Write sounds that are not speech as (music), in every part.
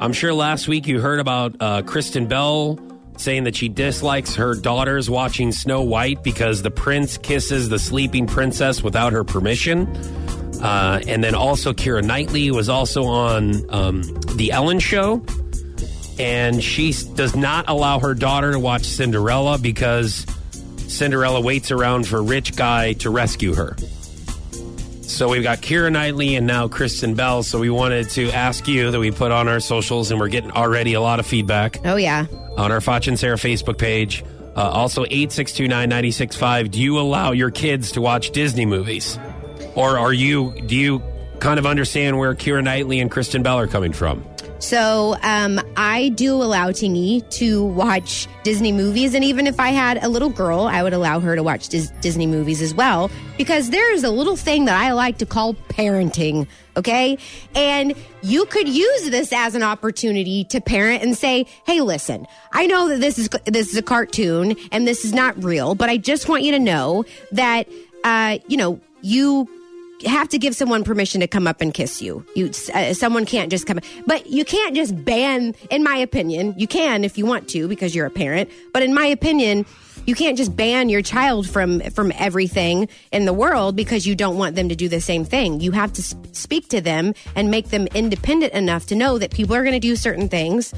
I'm sure last week you heard about uh, Kristen Bell saying that she dislikes her daughters watching Snow White because the prince kisses the sleeping princess without her permission. Uh, and then also Kira Knightley was also on um, The Ellen Show. And she s- does not allow her daughter to watch Cinderella because Cinderella waits around for a rich guy to rescue her. So we've got Kira Knightley and now Kristen Bell. So we wanted to ask you that we put on our socials, and we're getting already a lot of feedback Oh, yeah. on our Foch and Sarah Facebook page. Uh, also, 8629965, do you allow your kids to watch Disney movies? Or are you, do you kind of understand where Kira Knightley and Kristen Bell are coming from? So um, I do allow Tingy to watch Disney movies, and even if I had a little girl, I would allow her to watch Dis- Disney movies as well because there's a little thing that I like to call parenting. Okay, and you could use this as an opportunity to parent and say, "Hey, listen, I know that this is this is a cartoon and this is not real, but I just want you to know that uh, you know you." have to give someone permission to come up and kiss you. You uh, someone can't just come, but you can't just ban. In my opinion, you can if you want to because you're a parent. But in my opinion, you can't just ban your child from from everything in the world because you don't want them to do the same thing. You have to sp- speak to them and make them independent enough to know that people are going to do certain things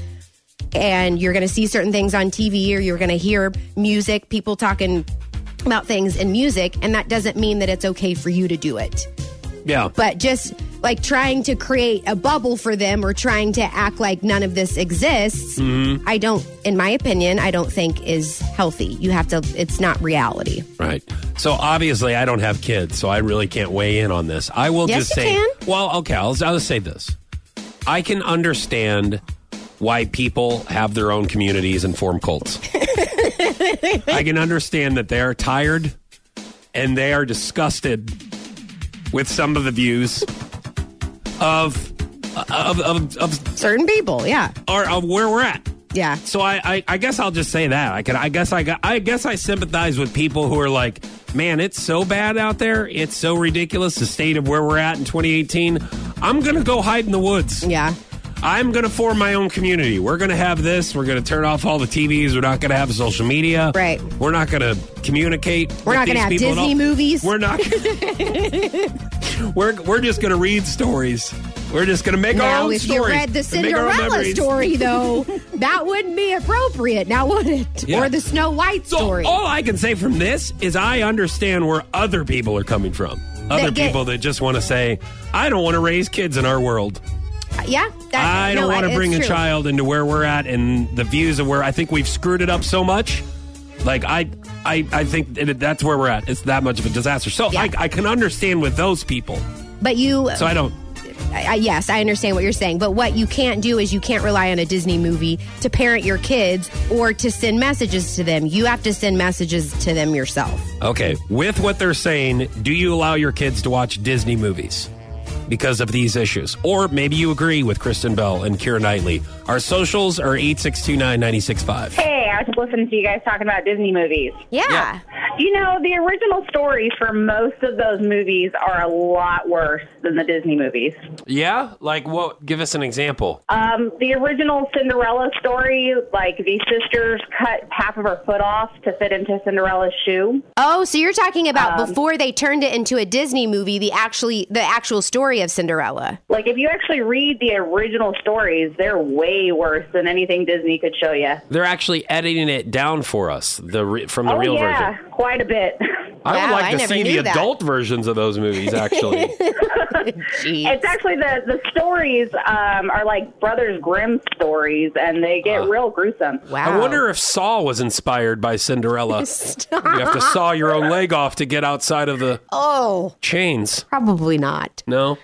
and you're going to see certain things on TV or you're going to hear music, people talking about things in music, and that doesn't mean that it's okay for you to do it. Yeah. But just like trying to create a bubble for them or trying to act like none of this exists, Mm-hmm. I don't, in my opinion, I don't think is healthy. You have to, it's not reality. Right. So obviously, I don't have kids, so I really can't weigh in on this. I will Yes, just you say, can. well, okay, I'll, I'll just say this. I can understand why people have their own communities and form (laughs) cults. I can understand that they are tired and they are disgusted with some of the views of of of, of, Certain people, yeah. or of where we're at. Yeah. So I, I, I guess I'll just say that I can I guess I got I guess I sympathize with people who are like, man, it's so bad out there. It's so ridiculous the state of where we're at in 2018. I'm gonna go hide in the woods. Yeah. I'm gonna form my own community. We're gonna have this. We're gonna turn off all the TVs. We're not gonna have social media. Right. We're not gonna communicate. We're with not gonna these people have at Disney all. movies. We're not. we're we're just gonna (laughs) read stories. We're just gonna make our Now, own if stories. you read the and make our own Cinderella memories. (laughs) story, though, that wouldn't be appropriate, now would it? Yeah. Or the Snow White So oh. story. all I can say from this is I understand where other people are coming from. Other That get- people that just want to say, I don't want to raise kids in our world. yeah. that- I don't no, want to it's bring a true. child into where we're at and the views of where I think we've screwed it up so much. Like I, I, I think that that's where we're at. It's that much of a disaster. So Yeah. I, I can understand with those people. But you, So I don't. I, I- yes, I understand what you're saying, but what you can't do is you can't rely on a Disney movie to parent your kids or to send messages to them. You have to send messages to them yourself. Okay, with what they're saying, do you allow your kids to watch Disney movies because of these issues? Or maybe you agree with Kristen Bell and Kira Knightley. Our socials are 8629965. Hey, I was listening to you guys talking about Disney movies. Yeah. Yeah. You know, the original stories for most of those movies are a lot worse than the Disney movies. Yeah? Like what? Give us an example. Um, the original Cinderella story, like the sisters cut half of her foot off to fit into Cinderella's shoe. Oh, so you're talking Um, about before they turned it into a Disney movie, the actually the actual story of Cinderella. Like, if you actually read the original stories, they're way worse than anything Disney could show you. They're actually editing it down for us the re- from the oh, real yeah, version. quite a bit. (laughs) I would Wow, like I to never see the knew that. adult versions of those movies, (laughs) actually. It's actually the the stories um, are like Brothers Grimm stories, and they get real gruesome. Wow. I wonder if Saw was inspired by Cinderella. (laughs) Stop. You have to saw your own leg off to get outside of the Oh, chains. probably not. No?